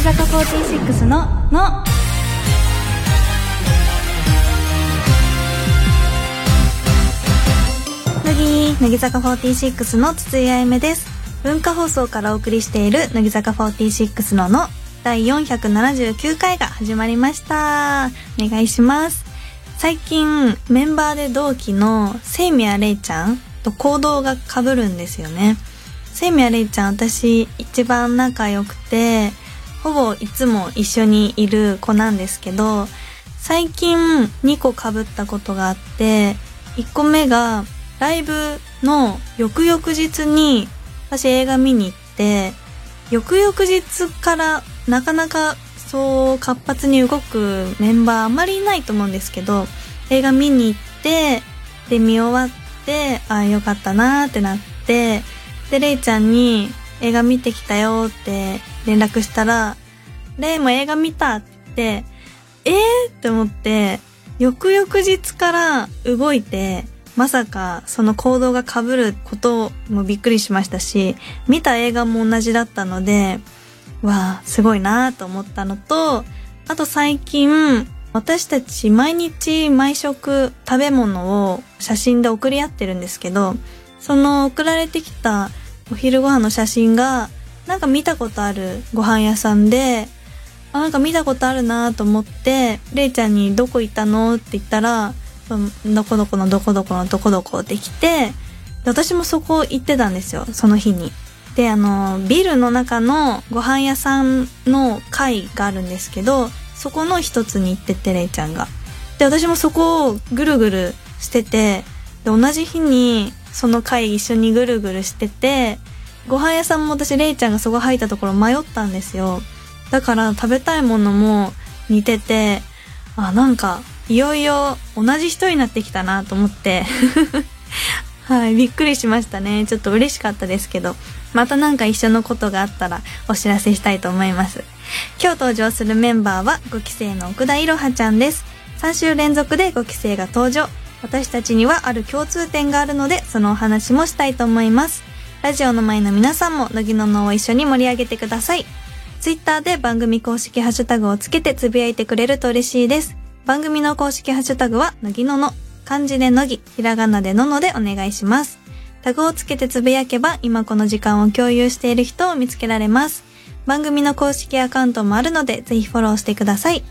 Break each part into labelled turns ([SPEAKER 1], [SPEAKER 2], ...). [SPEAKER 1] 坂46の「の」乃木乃木坂46の筒井あゆめです文化放送からお送りしている乃木坂46の「の」第479回が始まりましたお願いします最近メンバーで同期の清宮レイちゃんと行動が被るんですよね清宮レイちゃん私一番仲良くてほぼいつも一緒にいる子なんですけど最近2個被ったことがあって1個目がライブの翌々日に私映画見に行って翌々日からなかなかそう活発に動くメンバーあんまりいないと思うんですけど映画見に行ってで見終わってああよかったなーってなってでレイちゃんに映画見てきたよーって連絡したらレイも映画見たってえーって思って翌々日から動いてまさかその行動が被ることもびっくりしましたし見た映画も同じだったのでわあすごいなあと思ったのとあと最近私たち毎日毎食食べ物を写真で送り合ってるんですけどその送られてきたお昼ご飯の写真がなんか見たことあるご飯屋さんであなんか見たことあるなと思ってれいちゃんに「どこ行ったの?」って言ったら「うんどこどこのどこどこのどこどこ」って来てで私もそこ行ってたんですよその日に。であのビルの中のご飯屋さんの会があるんですけどそこの一つに行っててれいちゃんが。で私もそこをぐるぐるしててで同じ日にその会一緒にぐるぐるしててご飯屋さんも私れいちゃんがそこ入ったところ迷ったんですよだから食べたいものも似ててあなんかいよいよ同じ人になってきたなと思って はいびっくりしましたねちょっと嬉しかったですけどまたなんか一緒のことがあったらお知らせしたいと思います今日登場するメンバーは5期生の奥田いろはちゃんです3週連続で5期生が登場私たちにはある共通点があるのでそのお話もしたいと思いますラジオの前の皆さんも乃木ののを一緒に盛り上げてくださいツイッターで番組公式ハッシュタグをつけてつぶやいてくれると嬉しいです番組の公式ハッシュタグは乃木のの漢字で乃木ひらがなでののでお願いしますタグをつけてつぶやけば今この時間を共有している人を見つけられます番組の公式アカウントもあるのでぜひフォローしてください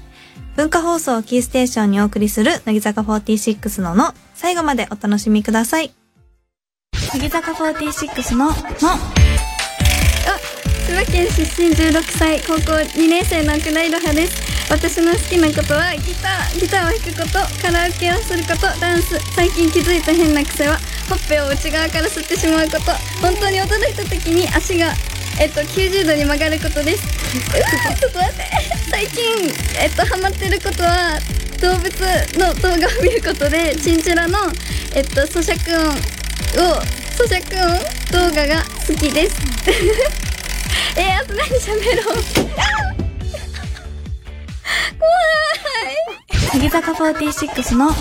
[SPEAKER 1] 文化放送をキーステーションにお送りする乃木坂46のの最後までお楽しみください乃木坂46のの
[SPEAKER 2] 千葉県出身16歳高校2年生の奥田いろはです私の好きなことはギターギターを弾くことカラオケをすることダンス最近気づいた変な癖はほっぺを内側から吸ってしまうこと本当に驚いた時に足がえっと90度に曲がることです うわーちょっと待って最近えっとハマってることは動物の動画を見ることでチンチラのえっと咀嚼音を咀嚼音動画が好きですえー、あと何喋ろう怖
[SPEAKER 1] 乃木坂46のの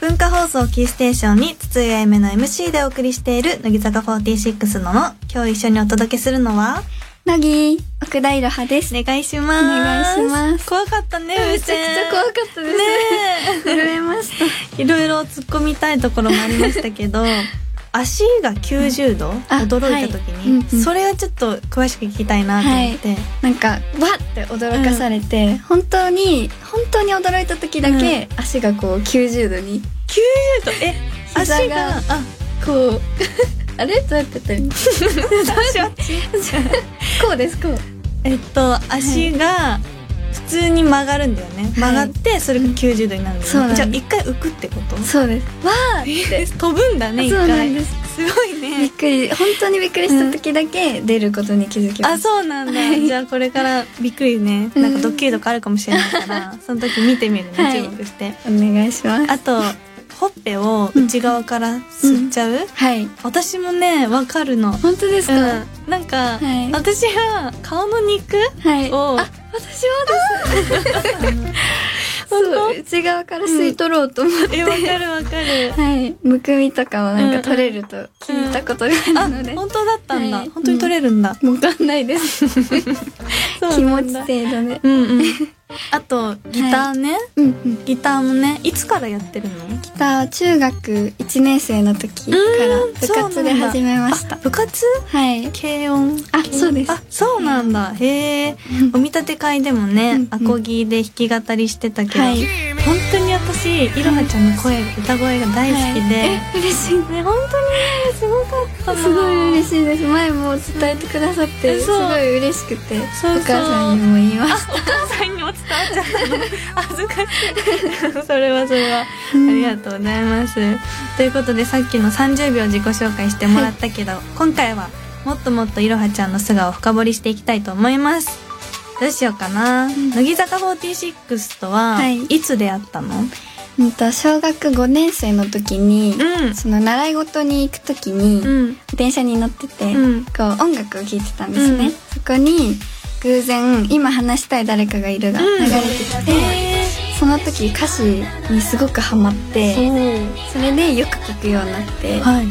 [SPEAKER 1] 文化放送キーステーションに筒井あゆめの MC でお送りしている乃木坂46のの今日一緒にお届けするのはい
[SPEAKER 2] 乃木奥田いろはです
[SPEAKER 1] お願いします
[SPEAKER 2] お願いします
[SPEAKER 1] 怖かったね
[SPEAKER 2] めちゃくちゃ怖かったです
[SPEAKER 1] ね
[SPEAKER 2] 震えました
[SPEAKER 1] えいろいろ突っ込みたいところもありました けど足が90度、
[SPEAKER 2] あ
[SPEAKER 1] 驚いた時
[SPEAKER 2] はい
[SPEAKER 1] に、
[SPEAKER 2] うんうん
[SPEAKER 1] それはちょっと詳しく聞きたいなと思って、
[SPEAKER 2] なんかわって驚かされて、本当に本当に驚いた時だけ、足がこう90度
[SPEAKER 1] 90
[SPEAKER 2] に
[SPEAKER 1] 度え足
[SPEAKER 2] 膝が
[SPEAKER 1] があ
[SPEAKER 2] こ うあれどうやってやったらいいの
[SPEAKER 1] 足は
[SPEAKER 2] こうですこう
[SPEAKER 1] えっと足が普通に曲がるんだよね、曲がってそれが90度になるんだ
[SPEAKER 2] そう
[SPEAKER 1] よ
[SPEAKER 2] な
[SPEAKER 1] ね、
[SPEAKER 2] んです
[SPEAKER 1] じゃあ一回浮くってこと
[SPEAKER 2] そうですわーって
[SPEAKER 1] え 飛ぶんだね一
[SPEAKER 2] そうなん
[SPEAKER 1] 回
[SPEAKER 2] です
[SPEAKER 1] すごい
[SPEAKER 2] びっ
[SPEAKER 1] ね
[SPEAKER 2] くり本当にびっくりした時だけ出ることに気づきま
[SPEAKER 1] あ
[SPEAKER 2] した、
[SPEAKER 1] そうなんだ、
[SPEAKER 2] はい
[SPEAKER 1] じゃあこれからびっくりね
[SPEAKER 2] うん
[SPEAKER 1] なんかドッキリとかあるかもしれない から、その時見てみるね、
[SPEAKER 2] はい
[SPEAKER 1] 注目して
[SPEAKER 2] お願いします
[SPEAKER 1] あとほっぺを内側から吸っちゃう、
[SPEAKER 2] はい
[SPEAKER 1] 私もねわかるの
[SPEAKER 2] 本当ですか、
[SPEAKER 1] うん、なんか、
[SPEAKER 2] はい
[SPEAKER 1] 私は顔の肉
[SPEAKER 2] はい
[SPEAKER 1] を
[SPEAKER 2] あ私は
[SPEAKER 1] 本
[SPEAKER 2] です
[SPEAKER 1] 当
[SPEAKER 2] そう内側から吸い取ろうと思って、
[SPEAKER 1] えわかるわかる
[SPEAKER 2] はいむくみとかはなんか取れると聞いたことがあ
[SPEAKER 1] あ
[SPEAKER 2] るので、
[SPEAKER 1] 本当だったんだ、
[SPEAKER 2] はい
[SPEAKER 1] 本当に取れるんだ、
[SPEAKER 2] わかんないです
[SPEAKER 1] そう
[SPEAKER 2] 気
[SPEAKER 1] な
[SPEAKER 2] 持
[SPEAKER 1] ん
[SPEAKER 2] ち
[SPEAKER 1] だ
[SPEAKER 2] 程度で
[SPEAKER 1] うんうんあとギターね、
[SPEAKER 2] うんうん
[SPEAKER 1] ギターもねいつからやってるの
[SPEAKER 2] ギター中学1年生の時から
[SPEAKER 1] うん
[SPEAKER 2] 部活で始めました
[SPEAKER 1] あ部活
[SPEAKER 2] はい
[SPEAKER 1] 軽音
[SPEAKER 2] あ
[SPEAKER 1] 軽
[SPEAKER 2] そうです
[SPEAKER 1] あそうなんだ、へえお見立て会でもね、
[SPEAKER 2] うん
[SPEAKER 1] アコギで弾き語りしてたけど、
[SPEAKER 2] はい
[SPEAKER 1] 本当に私いろはちゃんの声、歌声が大好きで、
[SPEAKER 2] はいえ嬉しい
[SPEAKER 1] ね本当にねすごかったな
[SPEAKER 2] すごい嬉しいです前も伝えてくださって
[SPEAKER 1] うん
[SPEAKER 2] す
[SPEAKER 1] そう
[SPEAKER 2] ごい嬉しくてお
[SPEAKER 1] そうそう
[SPEAKER 2] 母さんにも言いました
[SPEAKER 1] お母さんにも伝わっちゃった恥ずかしい それはそれは、
[SPEAKER 2] うん
[SPEAKER 1] ありがとうございますということでさっきの30秒自己紹介してもらったけど、今回はもっともっといろはちゃんの素顔を深掘りしていきたいと思いますどうしようかな、
[SPEAKER 2] ん
[SPEAKER 1] 乃木坂46とは、、
[SPEAKER 2] はいい
[SPEAKER 1] つ出会ったのう
[SPEAKER 2] うんと小学5年生の時に
[SPEAKER 1] ん
[SPEAKER 2] その習い事に行く時に、
[SPEAKER 1] うん
[SPEAKER 2] 電車に乗ってて、
[SPEAKER 1] うん
[SPEAKER 2] こう音楽を聴いてたんですね、
[SPEAKER 1] うん
[SPEAKER 2] そこに偶然「今話したい誰かがいる」が流れてきて、
[SPEAKER 1] へ
[SPEAKER 2] その時歌詞にすごくハマっ
[SPEAKER 1] え
[SPEAKER 2] てそれでよく聴くようになって
[SPEAKER 1] はい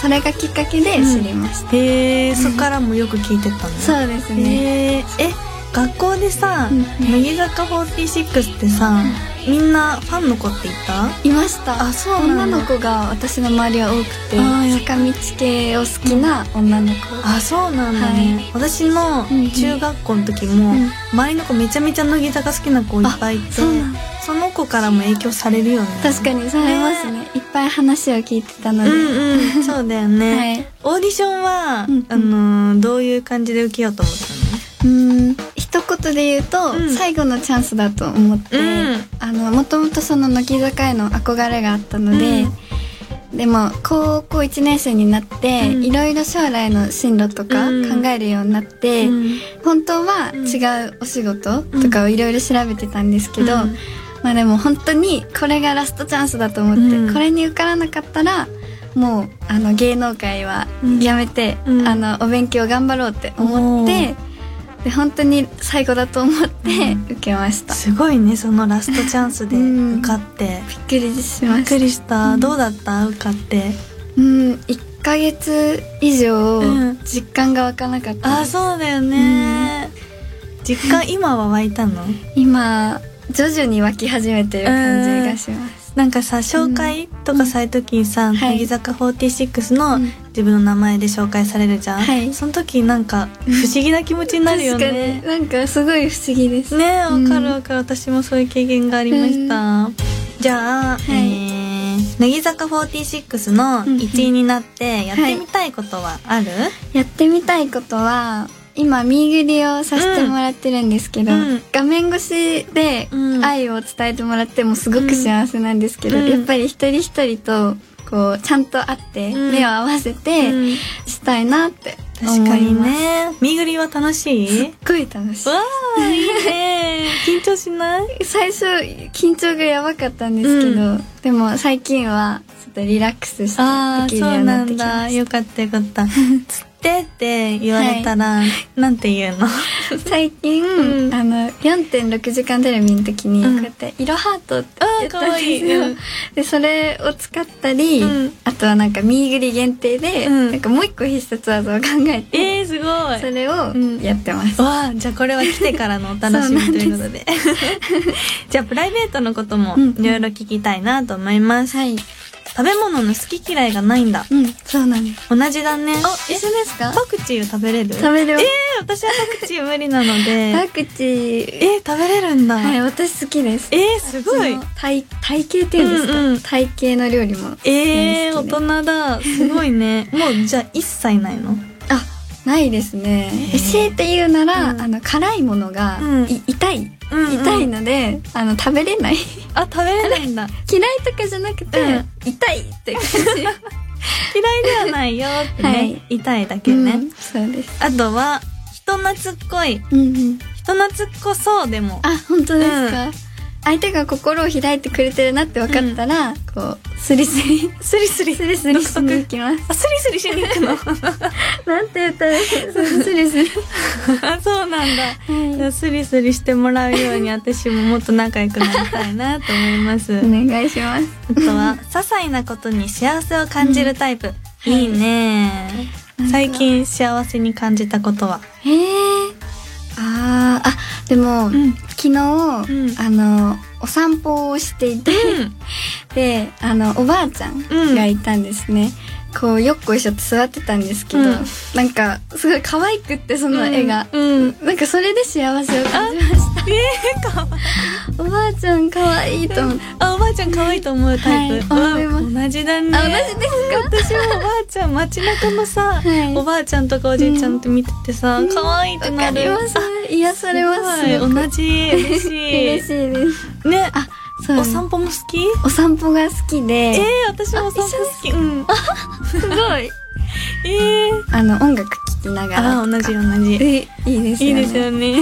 [SPEAKER 2] それがきっかけで知りました、
[SPEAKER 1] へえそっからもよく聞いてたの
[SPEAKER 2] そうですね、
[SPEAKER 1] へええ学校でさ、
[SPEAKER 2] うん
[SPEAKER 1] 乃木坂46ってさ、みんなファンの子っていた
[SPEAKER 2] いました
[SPEAKER 1] あそうなんだ
[SPEAKER 2] 女の子が私の周りは多くて
[SPEAKER 1] あーやっ
[SPEAKER 2] 坂道系を好きな女の子
[SPEAKER 1] あそうなんだね、
[SPEAKER 2] ね
[SPEAKER 1] 私の
[SPEAKER 2] うん
[SPEAKER 1] 中学校の時も、
[SPEAKER 2] うん
[SPEAKER 1] 周りの子めちゃめちゃ乃木坂好きな子いっぱいいて
[SPEAKER 2] あそうなんだ
[SPEAKER 1] その子からも影響されるよね
[SPEAKER 2] 確かにされますね、いっぱい話を聞いてたの
[SPEAKER 1] う
[SPEAKER 2] で、
[SPEAKER 1] んうんそうだよね、
[SPEAKER 2] はい
[SPEAKER 1] オーディションは、
[SPEAKER 2] うん
[SPEAKER 1] あのーどういう感じで受けようと思った
[SPEAKER 2] うーん一言で言うと、
[SPEAKER 1] うん
[SPEAKER 2] 最後のチャンスだと思って、
[SPEAKER 1] うん
[SPEAKER 2] あのもともとその乃木坂への憧れがあったので、でも高校1年生になって、
[SPEAKER 1] うん
[SPEAKER 2] いろいの将来の進路とか
[SPEAKER 1] うん
[SPEAKER 2] 考えるようになって、
[SPEAKER 1] の、うん
[SPEAKER 2] 本当は
[SPEAKER 1] うん
[SPEAKER 2] 違うお仕事とかをいろいろ調べてたんですけど、
[SPEAKER 1] うん
[SPEAKER 2] まあでも本当にこれがラストチャンスだと思って、
[SPEAKER 1] うん
[SPEAKER 2] これに受からなかったらもうあの芸能界はやめて、
[SPEAKER 1] うん
[SPEAKER 2] あのお勉強頑張ろうって思ってで本当に最後だと思って
[SPEAKER 1] うん
[SPEAKER 2] 受けました、
[SPEAKER 1] すごいねそのラストチャンスで受かって、
[SPEAKER 2] びっくりし
[SPEAKER 1] び
[SPEAKER 2] ま
[SPEAKER 1] っく
[SPEAKER 2] し
[SPEAKER 1] りした、どうだった受かって
[SPEAKER 2] たうん1ヶ月以上
[SPEAKER 1] うん
[SPEAKER 2] 実感が湧かなかった
[SPEAKER 1] あ
[SPEAKER 2] です、
[SPEAKER 1] そうだよね、実感今は湧いたの
[SPEAKER 2] 今徐々に湧き始めてる感じがします、
[SPEAKER 1] なんかさ紹介とかされた時にさ、
[SPEAKER 2] は
[SPEAKER 1] 乃
[SPEAKER 2] い
[SPEAKER 1] 木坂46の
[SPEAKER 2] うん
[SPEAKER 1] 自分の名前で紹介されるじゃん、
[SPEAKER 2] はい
[SPEAKER 1] その時なんか不思議な気持ちになるよ
[SPEAKER 2] 確かに
[SPEAKER 1] ね
[SPEAKER 2] なんかすごい不思議です
[SPEAKER 1] ねえわかるわかる、私もそういう経験がありました、じゃあ、
[SPEAKER 2] い
[SPEAKER 1] えー乃木坂46の一員になってやってみたいことはある、
[SPEAKER 2] やってみたいことは今ミーグリをさせてもらってるんですけど、
[SPEAKER 1] うん
[SPEAKER 2] 画面越しで
[SPEAKER 1] うん
[SPEAKER 2] 愛を伝えてもらってもすごく幸せなんですけど、
[SPEAKER 1] うん
[SPEAKER 2] やっぱり一人一人とこうちゃんと会って
[SPEAKER 1] うん
[SPEAKER 2] 目を合わせて
[SPEAKER 1] うん
[SPEAKER 2] したいなって思い
[SPEAKER 1] 確
[SPEAKER 2] ます、
[SPEAKER 1] かにねみぐりは楽し
[SPEAKER 2] すっ
[SPEAKER 1] い
[SPEAKER 2] ごい楽し
[SPEAKER 1] わあいいね 緊張しない
[SPEAKER 2] い最初緊張がやばかったんですけど、
[SPEAKER 1] う
[SPEAKER 2] でも最近はちょっとリラックスして
[SPEAKER 1] ああ
[SPEAKER 2] で
[SPEAKER 1] そ
[SPEAKER 2] きるよう
[SPEAKER 1] う
[SPEAKER 2] に
[SPEAKER 1] な
[SPEAKER 2] なって
[SPEAKER 1] ん
[SPEAKER 2] きま
[SPEAKER 1] だ
[SPEAKER 2] し
[SPEAKER 1] よかったよかったつってって言われたら、なんて言うの
[SPEAKER 2] た最近、
[SPEAKER 1] うん
[SPEAKER 2] あの4.6時間テレビの時にこうやって「いろハート」ってやったんですよ、
[SPEAKER 1] うん
[SPEAKER 2] でそれを使ったり、
[SPEAKER 1] うん
[SPEAKER 2] あとはなんかミーグリ限定で、
[SPEAKER 1] うん
[SPEAKER 2] なんかもう一個必殺技を考えて、
[SPEAKER 1] えー、すごい
[SPEAKER 2] それを
[SPEAKER 1] うん
[SPEAKER 2] やってます、
[SPEAKER 1] わあじゃあこれは来てからのお楽しみ
[SPEAKER 2] そうなん
[SPEAKER 1] と
[SPEAKER 2] です
[SPEAKER 1] いうことで じゃあプライベートのことも
[SPEAKER 2] うん
[SPEAKER 1] いろいろ聞きたいなと思います、
[SPEAKER 2] はい
[SPEAKER 1] 食べ物の好き嫌いがないんだ
[SPEAKER 2] うんそうなんです
[SPEAKER 1] 同じだね
[SPEAKER 2] あ一緒ですか
[SPEAKER 1] パクチーを食べれる
[SPEAKER 2] 食べる
[SPEAKER 1] えー、私はパクチー無理なので
[SPEAKER 2] パクチー
[SPEAKER 1] えー、食べれるんだ、
[SPEAKER 2] はい私好きです
[SPEAKER 1] えー、すごい
[SPEAKER 2] その体体型っていうんですか、
[SPEAKER 1] うんうん
[SPEAKER 2] 体型の料理も
[SPEAKER 1] えー、
[SPEAKER 2] 大好きで
[SPEAKER 1] 大人だすごい ねもうじゃあ一切ないの
[SPEAKER 2] あないですね
[SPEAKER 1] へー
[SPEAKER 2] 強いて言うなら、
[SPEAKER 1] うん
[SPEAKER 2] あの辛いものが、
[SPEAKER 1] うん
[SPEAKER 2] い痛い
[SPEAKER 1] うんうん
[SPEAKER 2] 痛いので、あの食べれ ない
[SPEAKER 1] あ食べれないん だ
[SPEAKER 2] 嫌いとかじゃなくて、
[SPEAKER 1] うん
[SPEAKER 2] 痛いって感じ
[SPEAKER 1] 嫌いではないよってね、
[SPEAKER 2] はい
[SPEAKER 1] 痛いだけね、
[SPEAKER 2] うんそうです。
[SPEAKER 1] あとは人懐っこい
[SPEAKER 2] うんうん。
[SPEAKER 1] 人懐っこそうでも
[SPEAKER 2] あ、本当ですか。相手が心を開いてくれてるなって分かったら、こうスリスリ
[SPEAKER 1] スリスリ
[SPEAKER 2] スリスリしに行きます。
[SPEAKER 1] あスリスリしに行くの
[SPEAKER 2] なんて歌でスリスリ。
[SPEAKER 1] あ そうなんだじゃあスリスリしてもらうように私ももっと仲良くなりたいなと思います、
[SPEAKER 2] お願いします。
[SPEAKER 1] あとは些細なことに幸せを感じるタイプ、
[SPEAKER 2] うん
[SPEAKER 1] いいね
[SPEAKER 2] はい
[SPEAKER 1] 最近幸せに感じたことは
[SPEAKER 2] へえ。あでも、
[SPEAKER 1] うん
[SPEAKER 2] 昨日、
[SPEAKER 1] ん
[SPEAKER 2] あのお散歩をしていて、 であのおばあちゃんがいたんですね、こうよっこいしょって座ってたんですけど、
[SPEAKER 1] うん
[SPEAKER 2] なんかすごい可愛くってその絵が、
[SPEAKER 1] うん
[SPEAKER 2] なんかそれで幸せを感じま した
[SPEAKER 1] ええかわいい
[SPEAKER 2] おばあちゃん可愛いと思って、
[SPEAKER 1] あおばあちゃん可愛いと思うタイプ、
[SPEAKER 2] はい
[SPEAKER 1] うん
[SPEAKER 2] 思い
[SPEAKER 1] 同じだね
[SPEAKER 2] あ私です
[SPEAKER 1] 私
[SPEAKER 2] か
[SPEAKER 1] もおばあちゃん街中のさ、
[SPEAKER 2] はい
[SPEAKER 1] おばあちゃんとかおじいちゃんって見ててさ、
[SPEAKER 2] うん
[SPEAKER 1] 可愛いって
[SPEAKER 2] わ
[SPEAKER 1] な
[SPEAKER 2] か
[SPEAKER 1] る
[SPEAKER 2] ります癒されます
[SPEAKER 1] すごい
[SPEAKER 2] すごく
[SPEAKER 1] 同じ嬉しい
[SPEAKER 2] 嬉しいです
[SPEAKER 1] ね
[SPEAKER 2] あそう
[SPEAKER 1] お散歩も好き
[SPEAKER 2] お散歩が好きで、
[SPEAKER 1] えー、私もお散歩好きうん
[SPEAKER 2] すごい
[SPEAKER 1] えー、
[SPEAKER 2] あの音楽聴きながら
[SPEAKER 1] あ同じ同じ
[SPEAKER 2] えいいです
[SPEAKER 1] い
[SPEAKER 2] よ
[SPEAKER 1] い
[SPEAKER 2] ね
[SPEAKER 1] ですよ ね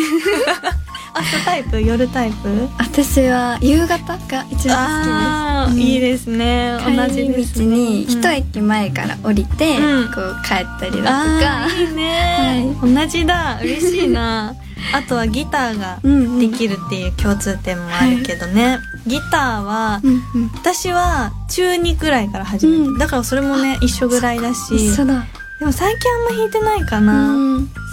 [SPEAKER 1] 朝タイプ夜タイプ
[SPEAKER 2] 私は夕方が一番
[SPEAKER 1] あ
[SPEAKER 2] 好
[SPEAKER 1] ー
[SPEAKER 2] うん
[SPEAKER 1] いいですね同
[SPEAKER 2] き
[SPEAKER 1] じ
[SPEAKER 2] で
[SPEAKER 1] ですす
[SPEAKER 2] 帰り道に
[SPEAKER 1] うん
[SPEAKER 2] 一駅前から降りて、
[SPEAKER 1] うん
[SPEAKER 2] こう帰ったり
[SPEAKER 1] あ
[SPEAKER 2] だと
[SPEAKER 1] ーいいね、同じだ嬉しい なあとはギターが
[SPEAKER 2] か、うんうん
[SPEAKER 1] できるっていう共通点もあるけどね、ギターは
[SPEAKER 2] うんうん
[SPEAKER 1] 私は中2くらいから始めて、
[SPEAKER 2] うん
[SPEAKER 1] だからそれもね一緒ぐらいだし
[SPEAKER 2] 一緒だ
[SPEAKER 1] でも最近あんま弾いてないかな、う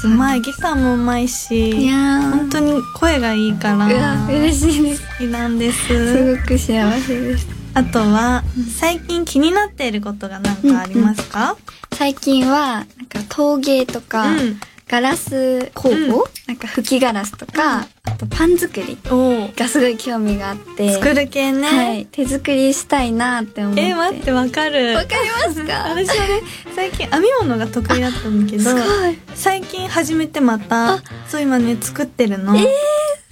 [SPEAKER 2] うん
[SPEAKER 1] まいギターもうまい
[SPEAKER 2] い
[SPEAKER 1] し
[SPEAKER 2] やー
[SPEAKER 1] 本当に声がいいから
[SPEAKER 2] うわ嬉しいです
[SPEAKER 1] 好きなんです
[SPEAKER 2] すごく幸せです
[SPEAKER 1] あとは最近気になっていることが何かありますか、
[SPEAKER 2] 最近はなんか陶芸とか、
[SPEAKER 1] うん
[SPEAKER 2] ガラス工房、
[SPEAKER 1] うん
[SPEAKER 2] なんか吹きガラスとか、あとパン作り
[SPEAKER 1] おう
[SPEAKER 2] がすごい興味があって
[SPEAKER 1] 作る系ね、
[SPEAKER 2] はい、手作りしたいなって思って
[SPEAKER 1] えー待ってわかる
[SPEAKER 2] わかりますか
[SPEAKER 1] 私はね最近編み物が得意だったんだけど
[SPEAKER 2] すごい
[SPEAKER 1] 最近始めてまた
[SPEAKER 2] あ
[SPEAKER 1] そう今ね作ってるの
[SPEAKER 2] え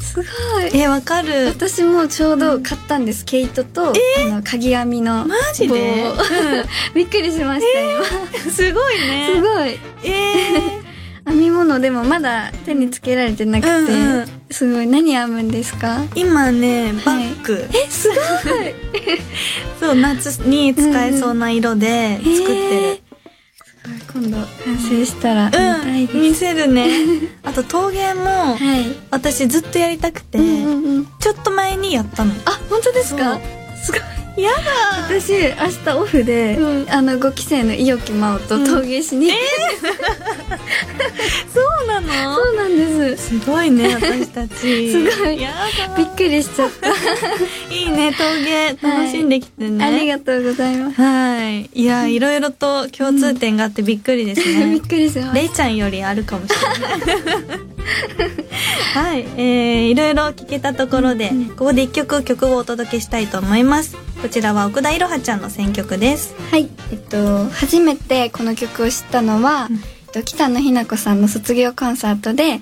[SPEAKER 2] すごい
[SPEAKER 1] えーわかる
[SPEAKER 2] 私もちょうど買ったんです、毛糸と、あの鍵編みの
[SPEAKER 1] マジで、
[SPEAKER 2] 棒をびっくりしました、
[SPEAKER 1] うんすごい
[SPEAKER 2] 今
[SPEAKER 1] ね
[SPEAKER 2] すごい
[SPEAKER 1] え
[SPEAKER 2] 編み物でもまだ手につけられてなくて、
[SPEAKER 1] うんうん
[SPEAKER 2] すごい何編むんですか
[SPEAKER 1] ー、今ねバッグ、
[SPEAKER 2] えすごい
[SPEAKER 1] そう夏に使えそうな色で作ってる、
[SPEAKER 2] 今度完成したら見たいで
[SPEAKER 1] う
[SPEAKER 2] す、
[SPEAKER 1] ん見せるねあと陶芸も
[SPEAKER 2] はい、
[SPEAKER 1] 私ずっとやりたくて、
[SPEAKER 2] うんうんうん
[SPEAKER 1] ちょっと前にやったの
[SPEAKER 2] あ本当です
[SPEAKER 1] そ
[SPEAKER 2] か
[SPEAKER 1] う
[SPEAKER 2] すごい
[SPEAKER 1] や
[SPEAKER 2] 私明日オフで、
[SPEAKER 1] うん
[SPEAKER 2] あの5期生の伊予木真央と陶芸しに、
[SPEAKER 1] そうなの
[SPEAKER 2] そうなんで
[SPEAKER 1] す
[SPEAKER 2] す
[SPEAKER 1] ごいね私たち
[SPEAKER 2] すごい
[SPEAKER 1] やだ
[SPEAKER 2] びっくりしちゃった、
[SPEAKER 1] いいね陶芸楽しんできてね、
[SPEAKER 2] ありがとうございます、
[SPEAKER 1] はいいやいろいろと共通点があってびっくりです
[SPEAKER 2] び
[SPEAKER 1] ね
[SPEAKER 2] っくりしま
[SPEAKER 1] れ
[SPEAKER 2] し
[SPEAKER 1] いちゃんよりあるかもしれないはい、えー、いろいろ聞けたところで、ここで一曲曲をお届けしたいと思いますこちらは奥田いろはちゃんの選曲です
[SPEAKER 2] たはいえっと初めてこの曲を知ったのは、
[SPEAKER 1] うん
[SPEAKER 2] えっと、北野日向子さんの卒業コンサートでえっ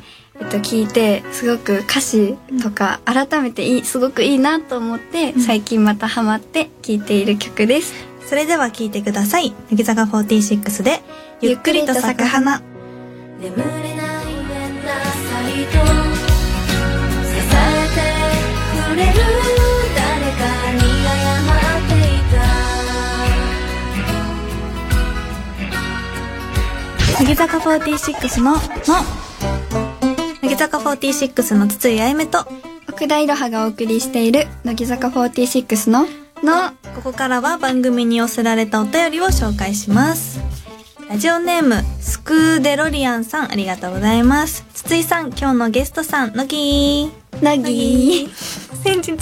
[SPEAKER 2] と聞いてすごく歌詞とか改めていいすごくいいなと思って、
[SPEAKER 1] ん
[SPEAKER 2] 最近またハマって聴いている曲です
[SPEAKER 1] それでは聴いてください乃木坂46で「ゆっくりと咲く花」
[SPEAKER 3] 眠れない眠なさいと支えてくれる誰かに謝っていた
[SPEAKER 1] 乃木坂46の「の」乃木坂46の筒井あゆめと
[SPEAKER 2] 奥田いろはがお送りしている乃木坂46のの
[SPEAKER 1] ここからは番組に寄せられたお便りを紹介します。ラジオネーム、スクーデロリアンさん、ありがとうございます。筒井さん、今日のゲストさん、のぎー。
[SPEAKER 2] なぎ
[SPEAKER 1] 先日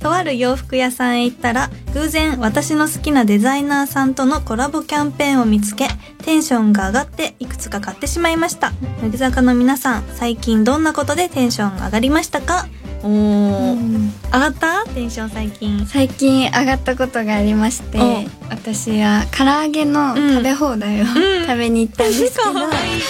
[SPEAKER 1] とある洋服屋さんへ行ったら偶然私の好きなデザイナーさんとのコラボキャンペーンを見つけテンションが上がっていくつか買ってしまいました乃木坂の皆さん最近どんなことでテンションが上がりましたかおー、
[SPEAKER 2] うん
[SPEAKER 1] 上がったテンション最近
[SPEAKER 2] 最近上がったことがありまして
[SPEAKER 1] お
[SPEAKER 2] 私は唐揚げの
[SPEAKER 1] うん
[SPEAKER 2] 食べ放題を、
[SPEAKER 1] ん
[SPEAKER 2] 食べに行ったんですけど
[SPEAKER 1] か
[SPEAKER 2] なん
[SPEAKER 1] わ
[SPEAKER 2] か
[SPEAKER 1] いい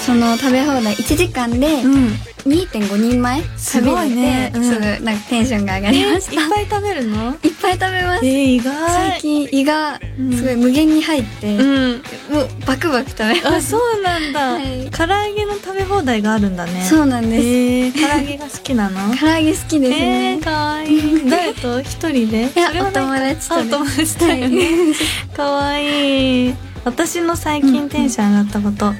[SPEAKER 2] その食べ放題1時間で
[SPEAKER 1] うん、
[SPEAKER 2] 2.5人前
[SPEAKER 1] す
[SPEAKER 2] 食べ
[SPEAKER 1] ごい
[SPEAKER 2] れて、
[SPEAKER 1] ねうん
[SPEAKER 2] すぐなんかテンションが上がりました、
[SPEAKER 1] いっぱい食べるの
[SPEAKER 2] いっぱい食べま
[SPEAKER 1] え
[SPEAKER 2] す
[SPEAKER 1] ー、意外
[SPEAKER 2] 最近胃が
[SPEAKER 1] うん
[SPEAKER 2] すごい無限に入って、
[SPEAKER 1] うん
[SPEAKER 2] もうバクバク食べます
[SPEAKER 1] あそうなんだ、
[SPEAKER 2] はい
[SPEAKER 1] 唐揚げの食べ放題があるんだね
[SPEAKER 2] そうなんです、
[SPEAKER 1] えー、唐揚げが好きなの
[SPEAKER 2] 唐揚げ好きですね、
[SPEAKER 1] えー、かわ いい誰と一人で
[SPEAKER 2] いや
[SPEAKER 1] それはない
[SPEAKER 2] お友達とね
[SPEAKER 1] あお友達だよ ね、かわいい私の最近テンション上がったこと、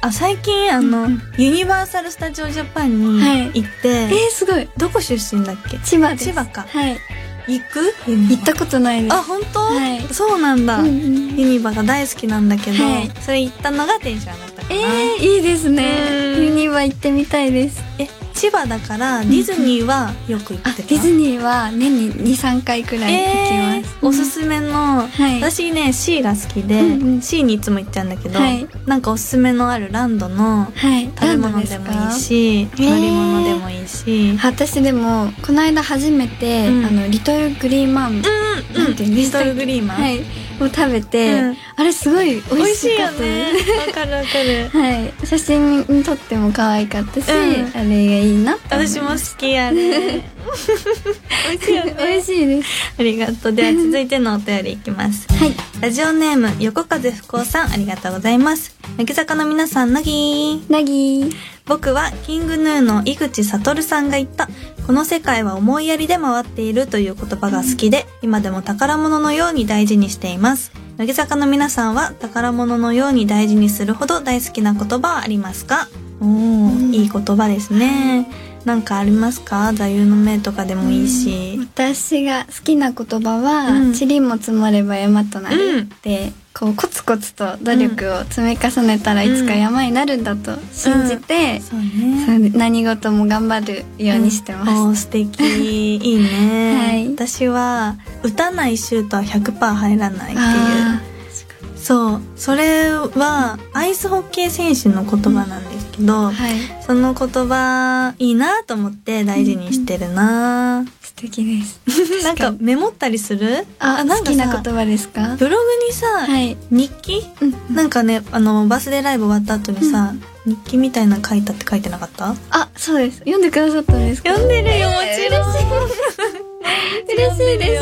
[SPEAKER 1] あ最近あの、
[SPEAKER 2] うんうん
[SPEAKER 1] ユニバーサル・スタジオ・ジャパンに
[SPEAKER 2] はい
[SPEAKER 1] 行って、
[SPEAKER 2] えー、すごい
[SPEAKER 1] どこ出身だっけ
[SPEAKER 2] 千葉です
[SPEAKER 1] 千葉か
[SPEAKER 2] はい
[SPEAKER 1] 行く
[SPEAKER 2] 行ったことないです
[SPEAKER 1] あ本当、
[SPEAKER 2] はい
[SPEAKER 1] そうなんだ、
[SPEAKER 2] うんうん
[SPEAKER 1] ユニバが大好きなんだけど、
[SPEAKER 2] はい
[SPEAKER 1] それ行ったのがテンション上がったか
[SPEAKER 2] え
[SPEAKER 1] な
[SPEAKER 2] ー、いいですね
[SPEAKER 1] うん
[SPEAKER 2] ユニバ行ってみたいです
[SPEAKER 1] え千葉だからディズニーはよく行
[SPEAKER 2] あ
[SPEAKER 1] ってた、
[SPEAKER 2] ディズニーは年に23回くらい行
[SPEAKER 1] え
[SPEAKER 2] きます、
[SPEAKER 1] ーおすすめの、
[SPEAKER 2] はい
[SPEAKER 1] 私ね C が好きで、
[SPEAKER 2] うんうん
[SPEAKER 1] C にいつも行っちゃうんだけど、
[SPEAKER 2] はい
[SPEAKER 1] なんかおすすめのあるランドの
[SPEAKER 2] はい
[SPEAKER 1] 食べ物でもいいし
[SPEAKER 2] ランドですか
[SPEAKER 1] 乗り物でもいいし、
[SPEAKER 2] 私でもこの間初めて、
[SPEAKER 1] うん
[SPEAKER 2] あのリトルグリーンマン
[SPEAKER 1] うん
[SPEAKER 2] なんていうん
[SPEAKER 1] リ
[SPEAKER 2] です
[SPEAKER 1] ス
[SPEAKER 2] か
[SPEAKER 1] トルグリーマン、
[SPEAKER 2] はい、を食べて、
[SPEAKER 1] うん
[SPEAKER 2] あれすごい
[SPEAKER 1] 美
[SPEAKER 2] 美
[SPEAKER 1] 味し
[SPEAKER 2] 味
[SPEAKER 1] い
[SPEAKER 2] しか
[SPEAKER 1] よ
[SPEAKER 2] った
[SPEAKER 1] ね
[SPEAKER 2] です
[SPEAKER 1] わかるわか る
[SPEAKER 2] はい、写真に撮っても可愛かった
[SPEAKER 1] う
[SPEAKER 2] し、
[SPEAKER 1] ん
[SPEAKER 2] あれがいいなって思い
[SPEAKER 1] 私も好きやね 美味しいよね
[SPEAKER 2] 美味しいです
[SPEAKER 1] ありがとうでは続いてのお便りいきます
[SPEAKER 2] はい
[SPEAKER 1] ラジオネーム横風不幸さんありがとうございます乃木坂の皆さん乃木
[SPEAKER 2] なぎー
[SPEAKER 1] 僕はキングヌーの井口悟さんが言ったこの世界は思いやりで回っているという言葉が好きで今でも宝物のように大事にしています乃木坂の皆さんは宝物のように大事にするほど大好きな言葉はありますかおお、
[SPEAKER 2] ん
[SPEAKER 1] いい言葉ですねなんかありますか座右の銘とかでもいいし、
[SPEAKER 2] 私が好きな言葉は
[SPEAKER 1] うん
[SPEAKER 2] 「塵、も積もれば山となり」って、こうコツコツと努力を積み重ねたらいつか山になるんだと信じて、
[SPEAKER 1] そうね
[SPEAKER 2] そう何事も頑張るようにしてます、
[SPEAKER 1] おー素 敵いいね、
[SPEAKER 2] はい
[SPEAKER 1] 私は打たないシュートは100%入らないっていう
[SPEAKER 2] あ
[SPEAKER 1] そうそれはアイスホッケー選手の言葉なんですけど、
[SPEAKER 2] ーはい
[SPEAKER 1] その言葉いいなと思って大事にしてるな、
[SPEAKER 2] 素敵です
[SPEAKER 1] なんか
[SPEAKER 2] 確に
[SPEAKER 1] メモったりする
[SPEAKER 2] あ
[SPEAKER 1] なん
[SPEAKER 2] 好
[SPEAKER 1] か
[SPEAKER 2] き
[SPEAKER 1] さ
[SPEAKER 2] な言葉ですか
[SPEAKER 1] ブログにさ、
[SPEAKER 2] はい、
[SPEAKER 1] 日記
[SPEAKER 2] うん、
[SPEAKER 1] なんかねあのバースデーライブ終わった後にさ、日記みたいなの書いたって書いてなかった
[SPEAKER 2] あそうです読んでくださったんですか
[SPEAKER 1] 読んでるよもちろん、
[SPEAKER 2] 嬉しいで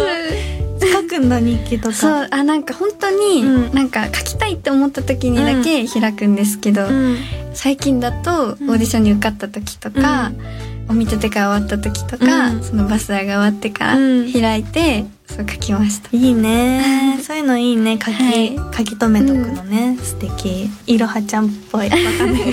[SPEAKER 2] す
[SPEAKER 1] 書くんだ日記とか
[SPEAKER 2] そうあなんか本当に、
[SPEAKER 1] うん
[SPEAKER 2] なんか書きたいって思った時にだけ開くんですけど、
[SPEAKER 1] うん
[SPEAKER 2] 最近だとオーディションに受かった時とか、お見立てが終わった時とか、
[SPEAKER 1] うん
[SPEAKER 2] そのバスが終わってから
[SPEAKER 1] うん
[SPEAKER 2] 開いて、そう書きました
[SPEAKER 1] いいねそういうのいいね書き、
[SPEAKER 2] はい
[SPEAKER 1] 書き留めとくのね、素敵いろはちゃんっぽ いわかんない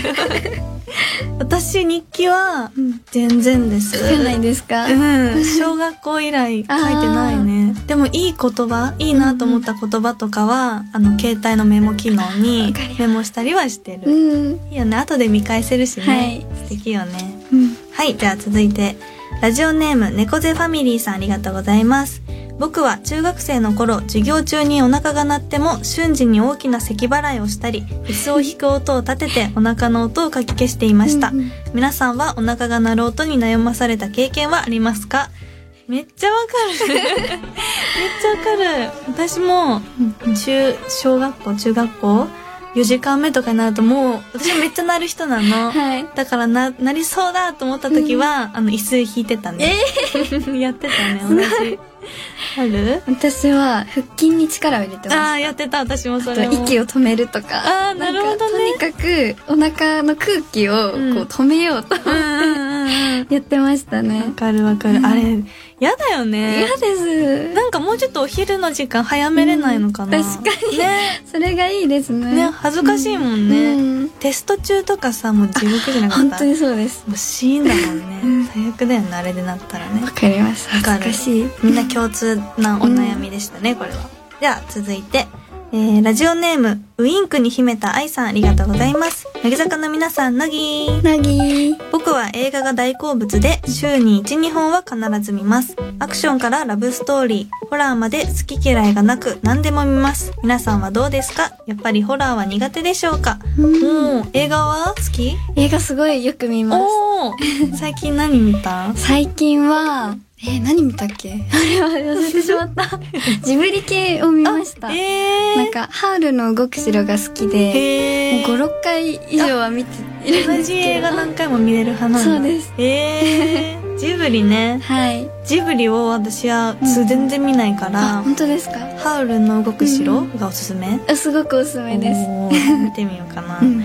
[SPEAKER 1] 私日記は
[SPEAKER 2] うん
[SPEAKER 1] 全然です
[SPEAKER 2] 書けないですか、
[SPEAKER 1] うん、小学校以来書いてないねでもいい言葉いいなと思った言葉とかは、あの携帯のメモ機能
[SPEAKER 2] わ
[SPEAKER 1] に
[SPEAKER 2] かります
[SPEAKER 1] メモしたりはしてる、
[SPEAKER 2] うん
[SPEAKER 1] いいよね後で見返せるしね、
[SPEAKER 2] はい
[SPEAKER 1] 素敵よね
[SPEAKER 2] うん
[SPEAKER 1] はい、では続いて、ラジオネーム猫背ファミリーさんありがとうございます。僕は中学生の頃、授業中にお腹が鳴っても、瞬時に大きな咳払いをしたり、椅子を引く音を立て てお腹の音をかき消していました
[SPEAKER 2] うんう。ん
[SPEAKER 1] 皆さんはお腹が鳴る音に悩まされた経験はありますかめっちゃわか る。めっちゃわかる。私も、中、小学校、中学校、4時間目とかになるともう、私めっちゃ鳴る人なの。
[SPEAKER 2] はい
[SPEAKER 1] だからな、なりそうだと思った時は、あの、椅子引いてたね。 やってたね、同じ。ある
[SPEAKER 2] 私は腹筋に力を入れて
[SPEAKER 1] あ
[SPEAKER 2] ま
[SPEAKER 1] あ、やってた、私もそ
[SPEAKER 2] すあ
[SPEAKER 1] れ
[SPEAKER 2] と
[SPEAKER 1] も。
[SPEAKER 2] 息を止めるとか
[SPEAKER 1] あーなるほどね
[SPEAKER 2] なんかとにかくお腹の空気をこう
[SPEAKER 1] うん
[SPEAKER 2] 止めようと、
[SPEAKER 1] うんうんうんうん。
[SPEAKER 2] やってました
[SPEAKER 1] わ
[SPEAKER 2] ね
[SPEAKER 1] かるわかる。あれ、やだよね
[SPEAKER 2] 嫌。です
[SPEAKER 1] なんかもうちょっとお昼の時間早めれないのかな。
[SPEAKER 2] うん確か
[SPEAKER 1] に。ね。
[SPEAKER 2] それがいいですね
[SPEAKER 1] ね、恥ずかしいもん
[SPEAKER 2] う
[SPEAKER 1] ね。
[SPEAKER 2] ん
[SPEAKER 1] テスト中とかさ、もう地獄じゃなかった。
[SPEAKER 2] 本当にそうです
[SPEAKER 1] もうシーンだもん
[SPEAKER 2] ん
[SPEAKER 1] ね。最悪だよね、あれでなったらね。
[SPEAKER 2] わかります
[SPEAKER 1] わかる
[SPEAKER 2] 恥ずかしい
[SPEAKER 1] みんな共通なお悩みでしたね、これは。では、続いて、えー、ラジオネーム、ウインクに秘めた愛さん、ありがとうございます。乃木坂の皆さん、乃木
[SPEAKER 2] なぎ
[SPEAKER 1] 僕は映画が大好物で、週に1、2本は必ず見ます。アクションからラブストーリー、ホラーまで好き嫌いがなく、何でも見ます。皆さんはどうですかやっぱりホラーは苦手でしょうか
[SPEAKER 2] うん
[SPEAKER 1] もう、映画は好き
[SPEAKER 2] 映画すごいよく見ます
[SPEAKER 1] おー最近何見た
[SPEAKER 2] 最近はえー何見たっけあれは忘れてしまった ジブリ系を見ました
[SPEAKER 1] え
[SPEAKER 2] な
[SPEAKER 1] ー、
[SPEAKER 2] んかハウルの動く城が好きでもう
[SPEAKER 1] へー
[SPEAKER 2] 56回以上は見ているん
[SPEAKER 1] 同
[SPEAKER 2] です
[SPEAKER 1] じ
[SPEAKER 2] け
[SPEAKER 1] 映
[SPEAKER 2] ど
[SPEAKER 1] 画何回も見れる派なんだ
[SPEAKER 2] そうです
[SPEAKER 1] えー、ジブリね
[SPEAKER 2] はい
[SPEAKER 1] ジブリを私は
[SPEAKER 2] うん
[SPEAKER 1] 全然見ないから、
[SPEAKER 2] あ本当ですか
[SPEAKER 1] ハウルの動く城がおすすめ、
[SPEAKER 2] あすごくおすすめです
[SPEAKER 1] おー見てみようかな、
[SPEAKER 2] うん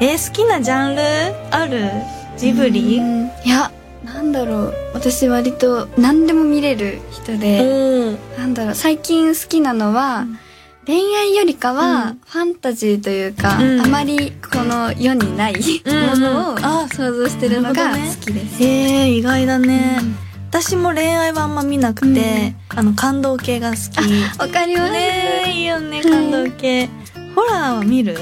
[SPEAKER 1] えー、好きなジャンルあるジブリ
[SPEAKER 2] うんいやなんだろう私割と何でも見れる人
[SPEAKER 1] お
[SPEAKER 2] で
[SPEAKER 1] ー
[SPEAKER 2] なんだろう最近好きなのは、
[SPEAKER 1] うん
[SPEAKER 2] 恋愛よりかは、
[SPEAKER 1] うん
[SPEAKER 2] ファンタジーというか、
[SPEAKER 1] うん
[SPEAKER 2] あまりこの世にない
[SPEAKER 1] うん
[SPEAKER 2] ものを
[SPEAKER 1] あ
[SPEAKER 2] 想像してるのが
[SPEAKER 1] なるほ
[SPEAKER 2] 好
[SPEAKER 1] どね
[SPEAKER 2] きです、
[SPEAKER 1] えー、意外だね、
[SPEAKER 2] うん
[SPEAKER 1] 私も恋愛はあんま見なくて、あの感動系が好き
[SPEAKER 2] わかります、
[SPEAKER 1] ねえいいよね感動系、ホラーは見る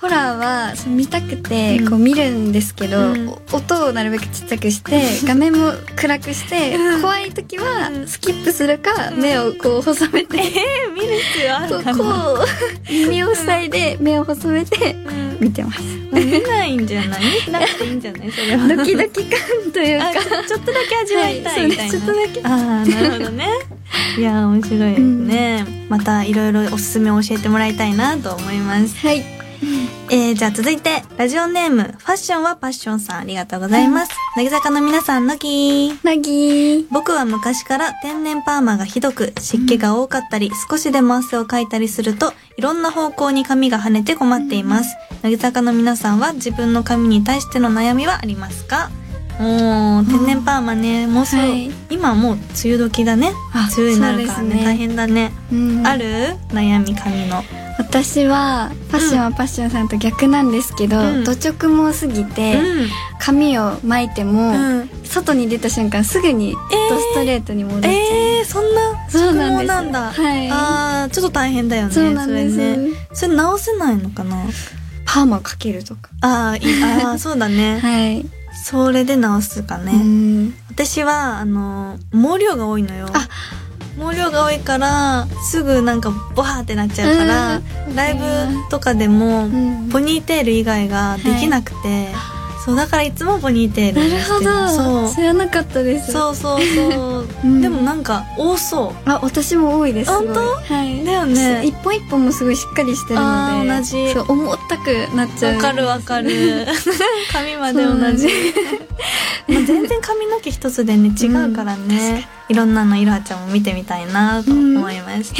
[SPEAKER 2] ホラーはその見たくてこう見るんですけど、
[SPEAKER 1] うん
[SPEAKER 2] お音をなるべくちっちゃくして画面も暗くして怖い時はスキップするか目をこう細めて、
[SPEAKER 1] え見る必要あ
[SPEAKER 2] こうこう耳を塞いで目を細めて
[SPEAKER 1] うん
[SPEAKER 2] 見てます
[SPEAKER 1] 見ないんじゃない見なくていいんじゃないそれは
[SPEAKER 2] ドキドキ感というか
[SPEAKER 1] あ ちょっとだけ味わいたいみたいな、
[SPEAKER 2] はいそうですちょっとだけ
[SPEAKER 1] ああなるほどねいやー面白いですね、またいろいろおすすめを教えてもらいたいなと思います
[SPEAKER 2] はい
[SPEAKER 1] えー、じゃあ続いてラジオネームファッションはパッションさんありがとうございます乃木坂の皆さんのきー
[SPEAKER 2] なぎー
[SPEAKER 1] 僕は昔から天然パーマがひどく湿気が多かったり少しでも汗をかいたりするといろんな方向に髪が跳ねて困っています乃木坂の皆さんは自分の髪に対しての悩みはありますかおー天然パーマねもうそう、
[SPEAKER 2] はい
[SPEAKER 1] 今もう梅雨時だね
[SPEAKER 2] あ
[SPEAKER 1] 梅雨になるから
[SPEAKER 2] そう
[SPEAKER 1] ね
[SPEAKER 2] ですね
[SPEAKER 1] 大変だね、
[SPEAKER 2] うん
[SPEAKER 1] ある悩み髪の
[SPEAKER 2] 私はパッションはパッションさんと逆なんですけど、
[SPEAKER 1] うん
[SPEAKER 2] 土直もすぎて、髪を巻いても、
[SPEAKER 1] うん
[SPEAKER 2] 外に出た瞬間すぐにドストレートに戻っちゃう、
[SPEAKER 1] えー、そんな
[SPEAKER 2] そうなん
[SPEAKER 1] そ
[SPEAKER 2] で
[SPEAKER 1] う
[SPEAKER 2] す
[SPEAKER 1] なんだ、
[SPEAKER 2] はい
[SPEAKER 1] ああちょっと大変だよね
[SPEAKER 2] そうなんです
[SPEAKER 1] それねそれ直せないのかな
[SPEAKER 2] パーマかけるとか
[SPEAKER 1] あーいい あーそうだね、
[SPEAKER 2] はい、
[SPEAKER 1] それで直すかね、
[SPEAKER 2] うん
[SPEAKER 1] 私はあの毛量が多いのよ
[SPEAKER 2] あ
[SPEAKER 1] 毛量が多いからすぐなんかボハーってなっちゃうから、
[SPEAKER 2] うん
[SPEAKER 1] ライブとかでも、
[SPEAKER 2] うん
[SPEAKER 1] ポニーテール以外ができなくて、そうだからいつもポニーテール
[SPEAKER 2] な
[SPEAKER 1] に
[SPEAKER 2] る
[SPEAKER 1] し
[SPEAKER 2] ほ
[SPEAKER 1] てる
[SPEAKER 2] ど知らなかったです
[SPEAKER 1] そうそうそうそう
[SPEAKER 2] うん
[SPEAKER 1] でもなんか多そ
[SPEAKER 2] あ私も多いですすごい
[SPEAKER 1] 本当
[SPEAKER 2] はい、
[SPEAKER 1] だよね
[SPEAKER 2] 一本一本もすごいしっかりしてる
[SPEAKER 1] あ
[SPEAKER 2] ので
[SPEAKER 1] ー同じ
[SPEAKER 2] そう重たくなっ
[SPEAKER 1] う
[SPEAKER 2] ちゃう
[SPEAKER 1] わかるわか る髪まで同じまあ全然髪の毛一つでね違うからね、いろんなのいろはちゃんも見てみたいなと思いまし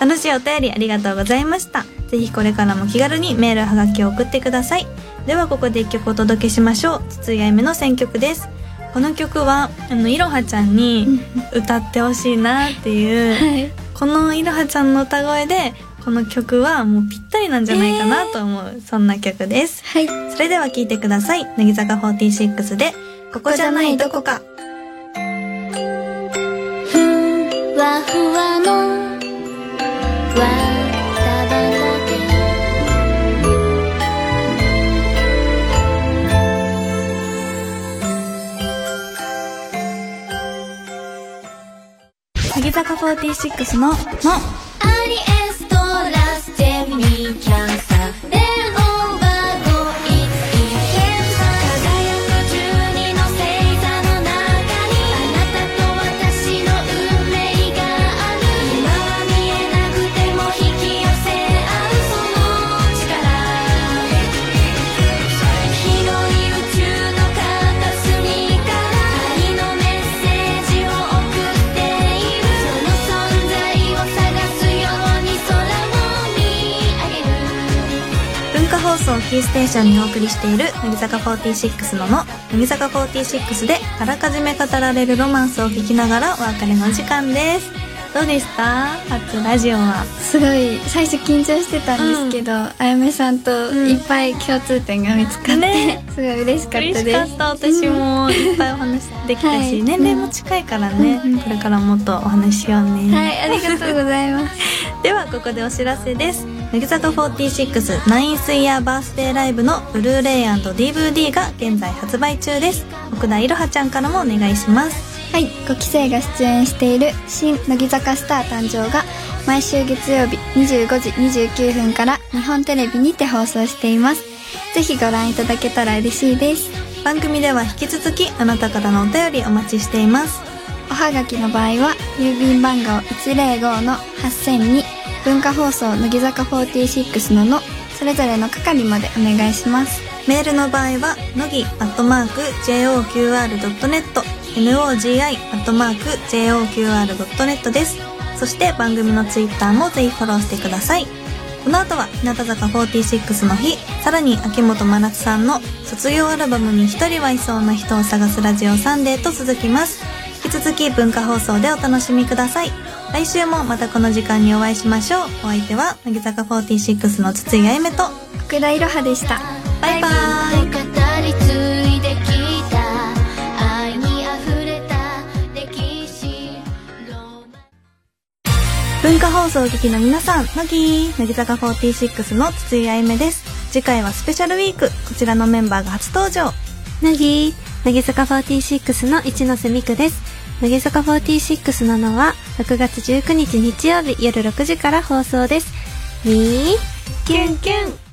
[SPEAKER 1] た、 楽しいお便りありがとうございましたぜひこれからも気軽にメールはがきを送ってくださいではここで一曲お届けしましょう筒井あゆめの選曲ですこの曲はあのいろはちゃんに歌ってほしいなっていう、
[SPEAKER 2] はい
[SPEAKER 1] このいろはちゃんの歌声でこの曲はもうぴったりなんじゃないかなと思う、そんな曲です
[SPEAKER 2] はい
[SPEAKER 1] それでは聴いてください乃木坂46で「ここじゃないどこか
[SPEAKER 3] ふわふわのわただだけ
[SPEAKER 1] 乃木坂46の「の」
[SPEAKER 3] アリエストラスジェミニーキャンサーレンオーバードイツインケンサー輝く12の星座の中にあなたと私の運命がある今は見えなくても引き寄せ合うその力広い宇宙の片隅から愛のメッセージが届くを送っているその存在を探すように空を見上げる
[SPEAKER 1] 文化放送キーステーションにお送りしている乃木坂46の「の」乃木坂46であらかじめ語られるロマンスを聞きながらお別れの時間ですどうでした初ラジオは
[SPEAKER 2] すごい最初緊張してたんですけど、あやめさんといっぱい共通点が見つかって、
[SPEAKER 1] ね
[SPEAKER 2] すごい嬉しかったです
[SPEAKER 1] 嬉しかった私もいっぱいお話でき たし、
[SPEAKER 2] はい
[SPEAKER 1] 年齢も近いからね、
[SPEAKER 2] うん
[SPEAKER 1] これからもっとお話ししようね、
[SPEAKER 2] はいありがとうございます
[SPEAKER 1] ではここでお知らせです乃木坂46ナインスイヤーバースデーライブのブルーレイ &DVD が現在発売中です奥田いろはちゃんからもお願いします
[SPEAKER 2] はい5期生が出演している「新乃木坂スター誕生」が毎週月曜日25時29分から日本テレビにて放送していますぜひご覧いただけたら嬉しいです
[SPEAKER 1] 番組では引き続きあなたからのお便りお待ちしています
[SPEAKER 2] おはがきの場合は郵便番号105の8002文化放送乃木坂46ののそれぞれの係までお願いします
[SPEAKER 1] メールの場合は乃木アットマーク JOQR.net NOGI アットマーク JOQR.net ですそして番組のツイッターもぜひフォローしてくださいこの後は日向坂46の日さらに秋元真夏さんの卒業アルバムに一人はいそうな人を探すラジオサンデーと続きます引き続き文化放送でお楽しみください来週もまたこの時間にお会いしましょうお相手は乃木坂46の筒井あゆめと
[SPEAKER 2] 福田いろはでした
[SPEAKER 1] バイバイ
[SPEAKER 3] ずっと語り継いできた愛にあふれた歴史ロマン
[SPEAKER 1] 文化放送劇の皆さん、乃木乃木坂46の筒井あゆめです。
[SPEAKER 4] 次回はスペシャルウィークこちらのメンバーが初登場
[SPEAKER 1] 乃木乃木坂46の一ノ瀬美久です乃木坂46ののは6月19日日曜日夜6時から放送ですみーキュンキュン